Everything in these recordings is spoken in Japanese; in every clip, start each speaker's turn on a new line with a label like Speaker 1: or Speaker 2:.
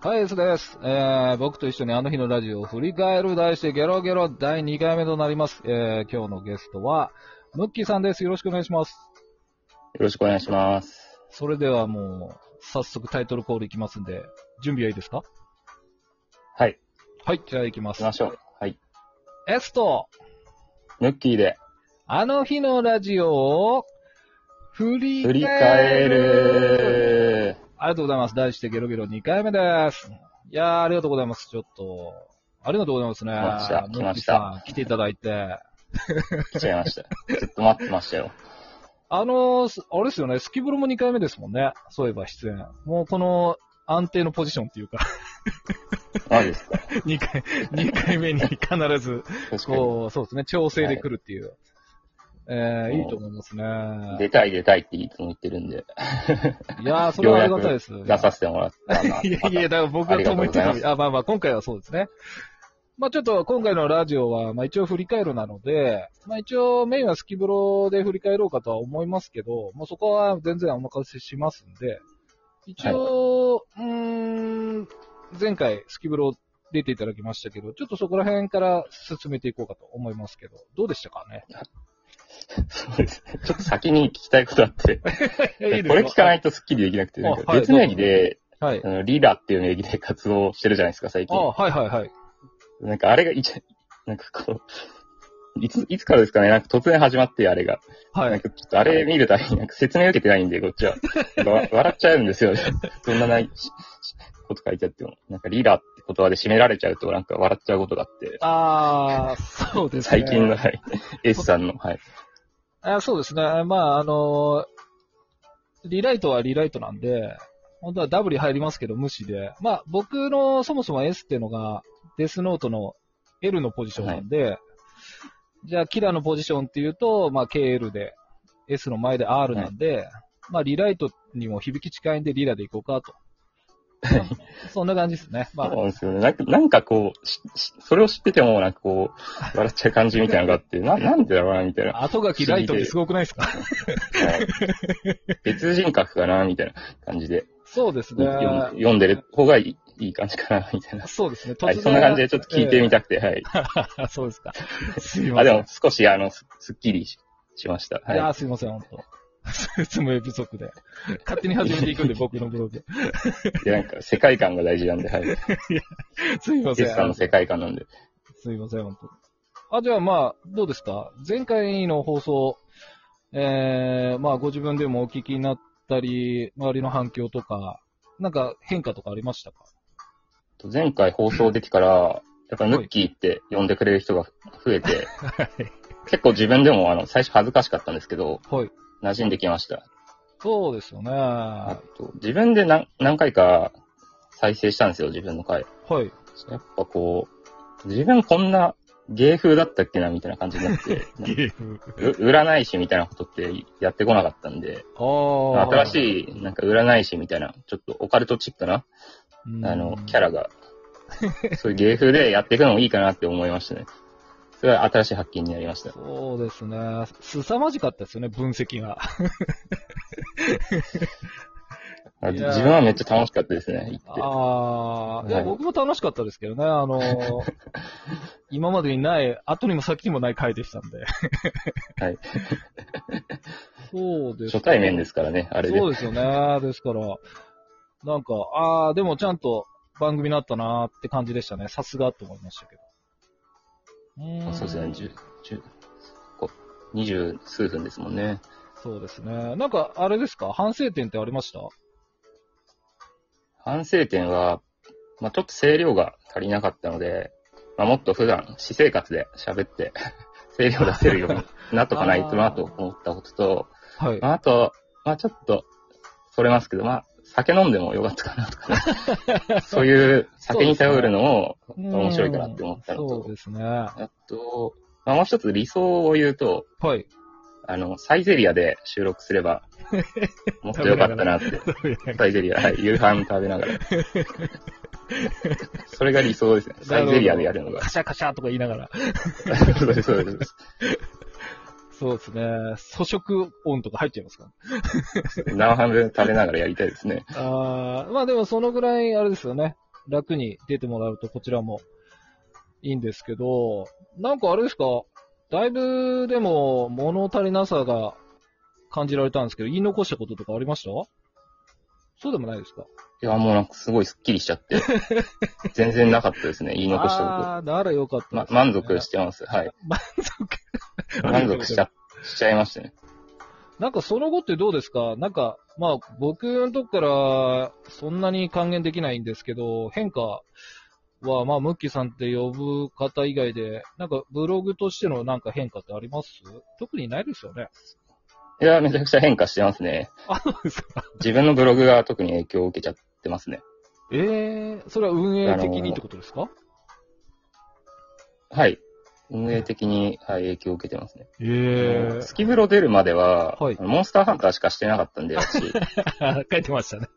Speaker 1: はい、エースです。えー、僕と一緒にあの日のラジオを振り返る題してゲロゲロ第2回目となります。えー、今日のゲストは、ムッキーさんです。よろしくお願いします。
Speaker 2: よろしくお願いします。
Speaker 1: それではもう、早速タイトルコールいきますんで、準備はいいですか
Speaker 2: はい、
Speaker 1: はい、じゃあいきま
Speaker 2: 行
Speaker 1: す。
Speaker 2: きましょう。はい。
Speaker 1: エスト、
Speaker 2: ヌッキーで
Speaker 1: あの日のラジオを、振り
Speaker 2: 振り
Speaker 1: 返る
Speaker 2: 返る。
Speaker 1: ありがとうございます。題してゲロゲロ2回目です。いやー、ありがとうございます。ちょっと、ありがとうございますね。
Speaker 2: 来ました
Speaker 1: ムッキーさん来ていただいて。
Speaker 2: 来ちゃいました。ずっと待ってましたよ。
Speaker 1: あのーすあれですよね、スキブロも2回目ですもんね。そういえば出演。もうこの安定のポジションっていうか、
Speaker 2: 何ですか
Speaker 1: 2回、二回目に必ず、
Speaker 2: 確かに。
Speaker 1: こう、そうですね、調整で来るっていう。えー、いいと思いますね。
Speaker 2: 出たい出たいっていつも言ってるんで、
Speaker 1: いやー、それはありがたいです。
Speaker 2: 出させてもらったな。
Speaker 1: いやいや、だから僕が止めてた。あ、まあまあ、今回はそうですね。まあちょっと今回のラジオは、まあ一応振り返るなので、まあ一応メインはスキブロで振り返ろうかとは思いますけど、もうそこは全然お任せしますんで、一応、うーん、前回スキブロ出ていただきましたけど、ちょっとそこら辺から進めていこうかと思いますけど、どうでしたかね
Speaker 2: そうですね。ちょっと先に聞きたいことあって、これ聞かないとスッキリできなくて、
Speaker 1: あ
Speaker 2: なんか
Speaker 1: はい
Speaker 2: 別名義で、
Speaker 1: はい
Speaker 2: あ。のリラっていう名義で活動してるじゃないですか、最
Speaker 1: あ
Speaker 2: 近。
Speaker 1: はいはいはい。
Speaker 2: なんかあれがいち、なんかこう、いつ、いつからですかねなんか突然始まって、あれが。
Speaker 1: は
Speaker 2: なん
Speaker 1: い。
Speaker 2: か、ちょっとあれ見るたびに、なんか説明受けてないんで、こっちは。なんかわ笑っちゃうんですよ。そんなない、ししこと書いてあっても。なんか、リラって言葉で締められちゃうと、なんか笑っちゃうことがあって。
Speaker 1: あー、そうですね。
Speaker 2: 最近の、はい。S さんの、はい。
Speaker 1: あそうですね。まあ、あのリライトはリライトなんで、本当はダブル入りますけど無視で。まあ、僕のそもそも S っていうのが、デスノートの L のポジションなんで、じゃあ、キラのポジションっていうと、まあ、KL で、S の前で R なんで、まあ、リライトにも響き近いんでリラでいこうかと。そんな感じですね。ま
Speaker 2: そう
Speaker 1: あ
Speaker 2: な、んですよね。なんか、なんかこう、ししそれを知ってても、なんかこう、笑っちゃう感じみたいなのがあって、な、なんでだろうな、みたい な。
Speaker 1: 後書きライトってすごくないですか
Speaker 2: はい別人格かな、みたいな感じで、
Speaker 1: そうですね。
Speaker 2: 読ん読んでる方がいいいい感じかな、みたい な。
Speaker 1: そうですね。
Speaker 2: はい、そんな感じでちょっと聞いてみ
Speaker 1: た。
Speaker 2: たくて、はい。
Speaker 1: そうですか。すいま
Speaker 2: あ、
Speaker 1: せ
Speaker 2: で
Speaker 1: ん。
Speaker 2: も少し、あの、すすっきりししました。
Speaker 1: いや
Speaker 2: は
Speaker 1: ーすいません、本 当。説明不足で。 勝手に始めていくんで、僕 のブログ。
Speaker 2: い。で、なんか、世界観が大事なんで、はい。
Speaker 1: すいませ
Speaker 2: ゲ
Speaker 1: ん。
Speaker 2: スさんの
Speaker 1: す
Speaker 2: 世界観なんで。
Speaker 1: いません、本当。あ、じゃあまあ、どうですか前回の放送、えー、まあ、ご自分でもお聞きになったり、周りの反響とか、なんか変化とかありましたか
Speaker 2: と前回放送できから、やっぱ、ヌッキーって呼んでくれる人が増 えて、結構自分でも、あの、最初恥ずかしかったんですけど、
Speaker 1: はい。
Speaker 2: 馴染んできました。
Speaker 1: そうですよね。
Speaker 2: あ
Speaker 1: は
Speaker 2: と、自分で何何回か再生したんですよ、自分の回。
Speaker 1: い。
Speaker 2: やっぱこう、自分こんな芸風だったっけな、みたいな感じにな って、
Speaker 1: ゲーム。
Speaker 2: う占い師みたいなことってやってこなかったんで、
Speaker 1: あー。
Speaker 2: 新
Speaker 1: い、
Speaker 2: しい、なんか占い師みたいな、ちょっとオカルトチックな、あの、キャ ラが、そういう芸風でやっていくのもいいかなって思いましたね。それは新しい発見になりました。
Speaker 1: そうですね。凄まじかったですよね、分析が。
Speaker 2: あ
Speaker 1: いやー
Speaker 2: 自分はめっちゃ楽しかったですね、行って。
Speaker 1: ああ、いや、
Speaker 2: はい
Speaker 1: 僕も楽しかったですけどね、あの ー今までにない、後にも先にもない回でしたんで。
Speaker 2: はい。
Speaker 1: そうです。
Speaker 2: 初対面ですからね、あれで。
Speaker 1: そうですよね。ですから、なんか、ああ、でもちゃんと番組になったなーって感じでしたね。さすがと思いましたけど。うーん
Speaker 2: そうですね、十、十、こ二十数分ですもんね。
Speaker 1: そうですね。なんか、あれですか反省点ってありました
Speaker 2: 反省点は、まあちょっと声量が足りなかったので、まあもっと普段、私生活で 喋って、声量出せるようになっとかないとなと思ったことと、
Speaker 1: はい。
Speaker 2: まあ、あと、まあ、ちょっと、それますけど、まあ、酒飲んでもよかったかなとかね。そういう、酒に頼るのも面白いかなって思ったの
Speaker 1: うんそう
Speaker 2: と、
Speaker 1: ですね。は
Speaker 2: あと、まあ、もう一つ理想を言うと、
Speaker 1: い。
Speaker 2: あの、サイゼリアで収録すれば、もっとよかったなって。サイゼリア、はい、夕飯食べながら。それが理想ですね。サイゼリアでやるのが。
Speaker 1: カシャカシャとか言いながら。
Speaker 2: そうです、そうです。
Speaker 1: そうですね。粗食音とか入っちゃいますか
Speaker 2: 生半分食べながらやりたいですね。
Speaker 1: あーまあでもそのぐらい、あれですよね。楽に出てもらうとこちらもいいんですけど、なんかあれですか、だいぶでも物足りなさが感じられたんですけど、言い残したこととかありましたそうでもないですか
Speaker 2: いや、もうなんかすごいスッキリしちゃって、全然なかったですね、言い残したこ
Speaker 1: ああー、ならよかった
Speaker 2: と。ま
Speaker 1: ですね、
Speaker 2: 満足してます。はい。 満足しちゃ、しちゃいましたね。
Speaker 1: なんかその後ってどうですかなんか、まあ僕のとこからそんなに還元できないんですけど、変化はまあムッキーさんって呼ぶ方以外で、なんかブログとしてのなんか変化ってあります特にないですよね。
Speaker 2: いや、めちゃくちゃ変化してますね。
Speaker 1: あ、そうですか。
Speaker 2: 自分のブログが特に影響を受けちゃってますね。
Speaker 1: ええそれは運営的にってことですか
Speaker 2: はい。運営的に、はい、影響を受けてますね。
Speaker 1: え
Speaker 2: スキブロ出るまでは、
Speaker 1: はい
Speaker 2: モンスターハンターしかしてなかったんで、私。
Speaker 1: え書いてましたね。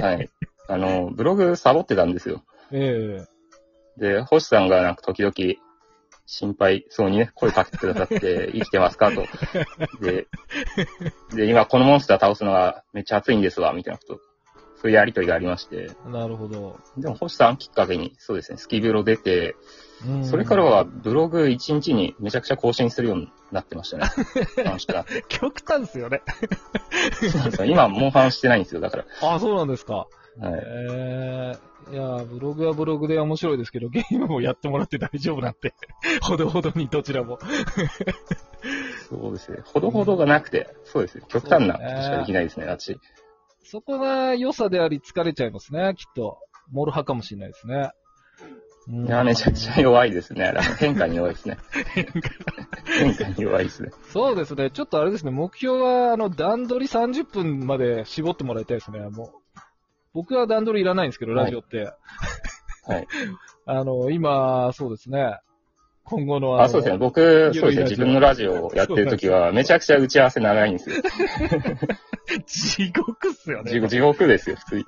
Speaker 2: はい。あの、ブログサボってたんですよ。
Speaker 1: ええ
Speaker 2: で、星さんがなんか時々、心配そうにね、声かけてくださ って、生きてますかと。で、で、今このモンスター倒すのがめっちゃ熱いんですわ、みたいなこと。そういうやりとりがありまして。
Speaker 1: なるほど。
Speaker 2: でも星さんきっかけに、そうですね、スキブロ出て、
Speaker 1: うん
Speaker 2: それからは、ブログ1日にめちゃくちゃ更新するようになってましたね。楽しくなって。
Speaker 1: 極端ですよね。
Speaker 2: そうなんですよ今、モンハンしてないんですよ、だか
Speaker 1: あ、そうなんですか。
Speaker 2: ら。はい。
Speaker 1: えー、いや、ブログはブログで面白いですけど、ゲームもやってもらって大丈夫なんて、 ほどほどにどちらも。
Speaker 2: そうですね。ほどほどがなくて、そうですね。極端なことしかできないですね、私。
Speaker 1: そこが良さであり疲れちゃいますね、きっと。モルハかもしれないですね。うん
Speaker 2: いや、めちゃくちゃ弱いですね。あれ変化に弱いですね。変化に弱いですね。
Speaker 1: そうですね、ちょっとあれですね、目標は、あの、段取り30分まで絞ってもらいたいですね、もう。僕は段取りいらないんですけど、ラジオって。
Speaker 2: はい。
Speaker 1: あの、今、そうですね、今後のの
Speaker 2: あ、そうですね。僕、そうで
Speaker 1: 緩いラジオ
Speaker 2: すね。自分のラジオをやってるときは、めちゃくちゃ打ち合わせ長いんですよ。
Speaker 1: 地獄っすよね。
Speaker 2: 地獄地獄ですよ、普通に。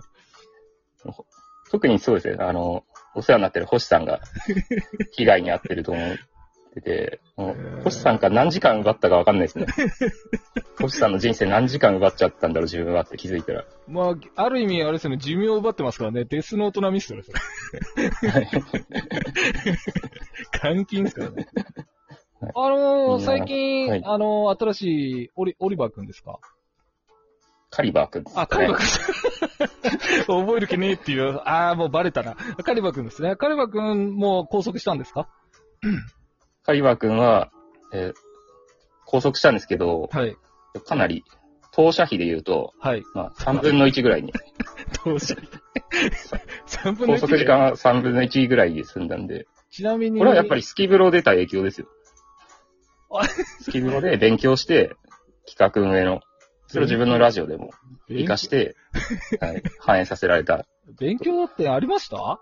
Speaker 2: 特にそうですね。あの、お世話になってる星さんが、被害に遭ってると思ってて、もう星さんから何時間奪ったかわかんな いですね。星さんの人生何時間奪っちゃったんだろう、自分はって気づいたら。
Speaker 1: まあ、ある意味、あれですよね、寿命を奪ってますからね、デスノート並みっすよね、それ。
Speaker 2: はい
Speaker 1: 監禁ですからね。
Speaker 2: はい
Speaker 1: あの
Speaker 2: う
Speaker 1: ー、
Speaker 2: ん
Speaker 1: 最近、
Speaker 2: はい
Speaker 1: あのー、新しい、オリ、オリバーくんですか
Speaker 2: カリバーくんですかね。
Speaker 1: あ、カリバーくん。覚える気ねえっていう、あー、もうバレたな。カリバーくんですね。カリバーくん、もう拘束したんですか
Speaker 2: カリバー君は、えー拘束したんですけど、
Speaker 1: はい。
Speaker 2: かなり、投射費で言うと、
Speaker 1: はい。
Speaker 2: まあ、3分の1ぐらいに、
Speaker 1: どうし ?3 分の1。
Speaker 2: 拘束時間は3分の1ぐらいで済んだんで、
Speaker 1: ちなみに。
Speaker 2: これはやっぱりスキブロ出た影響ですよ
Speaker 1: あ。
Speaker 2: スキブロで勉強して、企画運営の、それを自分のラジオでも活
Speaker 1: 勉
Speaker 2: かして、はい、反映させられた。
Speaker 1: 勉強ってありました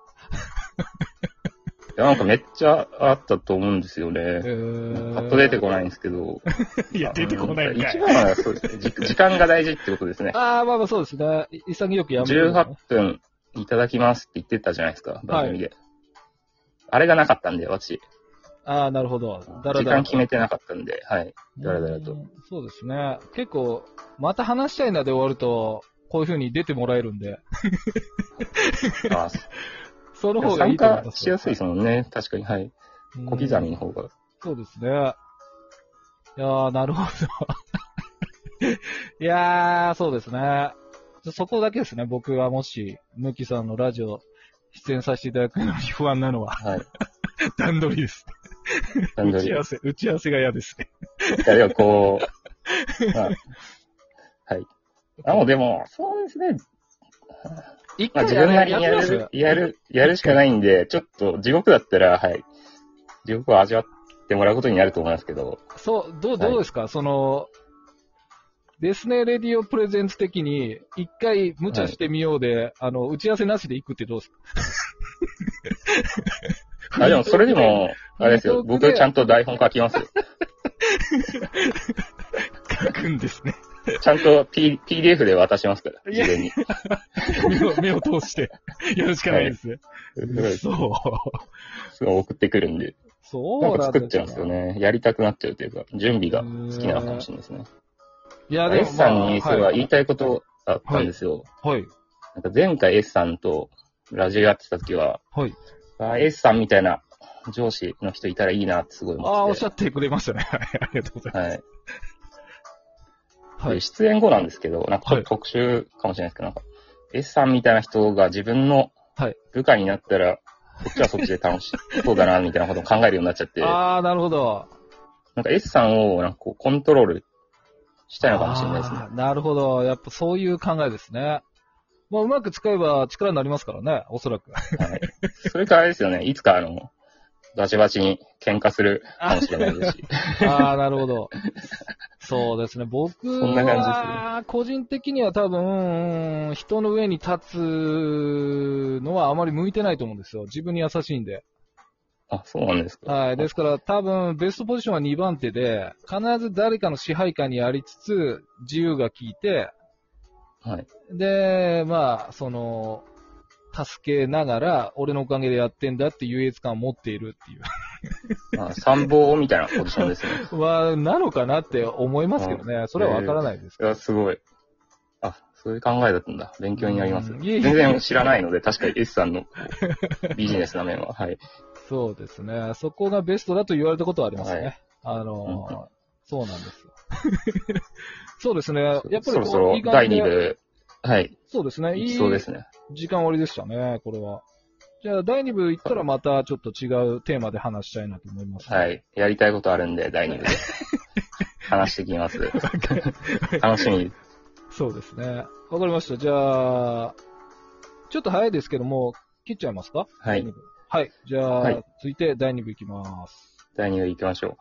Speaker 2: いやなんかめっちゃあったと思うんですよ
Speaker 1: え
Speaker 2: ね。パ
Speaker 1: ー
Speaker 2: ッと出てこないんですけど。
Speaker 1: い や、出てこないんか
Speaker 2: 一
Speaker 1: い。
Speaker 2: 番はそうですね。じ時間が大事ってことですね。
Speaker 1: あー、まあまあそうですね。い潔くやめてるのね
Speaker 2: 18分いただきますって言ってたじゃないですか、番組で。あれがなかったんで、私。
Speaker 1: ああ、なるほど。だら
Speaker 2: 時
Speaker 1: だら
Speaker 2: 間
Speaker 1: と
Speaker 2: 決めてなかったんで、 はい。だらだらと
Speaker 1: うんそうですね。結構、また話したいなで終わると、こういう風に出てもらえるんで、
Speaker 2: あ
Speaker 1: その方がい
Speaker 2: 参
Speaker 1: いと思い
Speaker 2: 加
Speaker 1: ます。
Speaker 2: しやすいですもんね。確かに、はい。
Speaker 1: うん
Speaker 2: 小刻みの方が。
Speaker 1: そうですね。いやー、なるほど。い やー、そうですね。そこだけですね。僕はもし、ムキさんのラジオ、出演させていただくのに不安なのは、
Speaker 2: はい。
Speaker 1: 段取りです。
Speaker 2: 段
Speaker 1: 打
Speaker 2: 取
Speaker 1: ち合
Speaker 2: り。
Speaker 1: わせ、打ち合わせが嫌ですね。
Speaker 2: いや、でもこう、 まあ、はい。あ、もうでも、そうですね。
Speaker 1: 一
Speaker 2: ま
Speaker 1: 回
Speaker 2: あ、自分なりにや
Speaker 1: やって
Speaker 2: る、やる、やるしかないんで、ちょっと地獄だったら、はい。地獄を味わってもらうことになると思いますけ ど、
Speaker 1: ますそう、どう、どうですか、その、デスネレディオプレゼンツ的に、一回無茶してみようで、あの、打ち合わせなしで行くってどうですか
Speaker 2: あ、でもそれ で、も、あれですよ。
Speaker 1: フリートークで
Speaker 2: 僕ちゃんと台本書きますよ。
Speaker 1: 書くんですね。
Speaker 2: ちゃんと P PDF で渡しますから、事前に。
Speaker 1: 目を目を通して、やるしかないですね。
Speaker 2: す
Speaker 1: そう。
Speaker 2: ごい送ってくるんで。な
Speaker 1: そ
Speaker 2: ん
Speaker 1: う
Speaker 2: か
Speaker 1: なんで
Speaker 2: 作
Speaker 1: す
Speaker 2: っちゃうんですよね。やりたくなっちゃうというか、準備が好きなのかもしれないですね。
Speaker 1: いや、でも、
Speaker 2: S さんにそういえば言い
Speaker 1: い。
Speaker 2: たいことあったんですよ。
Speaker 1: はい。
Speaker 2: なんか前回 S さんとラジオやってた時は、
Speaker 1: はい。
Speaker 2: あエースさんみたいな上司の人いたらいいなってすごい思
Speaker 1: あ
Speaker 2: ってて。
Speaker 1: あ、おっしゃってくれましたね。はい。ありがとうございま
Speaker 2: はい。
Speaker 1: す。はい
Speaker 2: で。出演後なんですけど、なんかちょっと特集かもしれないですけど、なんか、S さんみたいな人が自分の
Speaker 1: はい
Speaker 2: 部下になったら、こっちはそっちで楽しそうだな、みたいなことを考えるようになっち ゃって、な
Speaker 1: ああ、なるほど。
Speaker 2: んか S さんをなんかこうコントロールしたいのかもしれないですね
Speaker 1: あ。ーなるほど。やっぱそういう考えですね。まあ、うまく使えば力になりますからね、おそら く。
Speaker 2: はい。それからあれですよね、いつかあの、バチバチに喧嘩するかもしれないですし、
Speaker 1: ああ、なるほど。そうですね。僕
Speaker 2: そんな感じですね
Speaker 1: は、個人的には多分、うん人の上に立つのはあまり向いてないと思うんですよ。自分に優しいんで。
Speaker 2: あ、そうなんですか。
Speaker 1: はい。ですから、多分、ベストポジションは2番手で、必ず誰かの支配下にありつつ、自由が効いて、
Speaker 2: はい。
Speaker 1: で、まあ、その、助けながら、俺のおかげでやってんだって優越感を持っているっていう。
Speaker 2: まあ、参謀みたいなポジションですね。
Speaker 1: は、なのかなって思いますけどね。それはわから ないです
Speaker 2: いや、すごい。あ、そういう考えだったんだ。勉強になります。
Speaker 1: うんいえいえ
Speaker 2: 全然知らないので、確かに S さんのこうビジネスな面は。はい。
Speaker 1: そうですね。そこがベストだと言われたことはありますね。あのー
Speaker 2: う
Speaker 1: そうなんですよ。 そうですね。やっぱりこう
Speaker 2: そろそろ
Speaker 1: いい感
Speaker 2: 第
Speaker 1: じで
Speaker 2: 2部、はい、
Speaker 1: そうですね。い
Speaker 2: い
Speaker 1: い
Speaker 2: き
Speaker 1: 時
Speaker 2: そうですね。
Speaker 1: 間終わりでしたね、これは。じゃあ、第2部行ったらまたちょっと違うテーマで話したいなと思います。。
Speaker 2: はいい。やりたいことあるんで、第2部で。 話してきます。楽しみ。
Speaker 1: そうですね。わかりました。じゃあ、ちょっと早いですけども、切っちゃいますか
Speaker 2: は
Speaker 1: 第
Speaker 2: い
Speaker 1: 二。部はい。じゃあ、
Speaker 2: はい
Speaker 1: 続いて第2部行きます。
Speaker 2: 第2部行きましょう。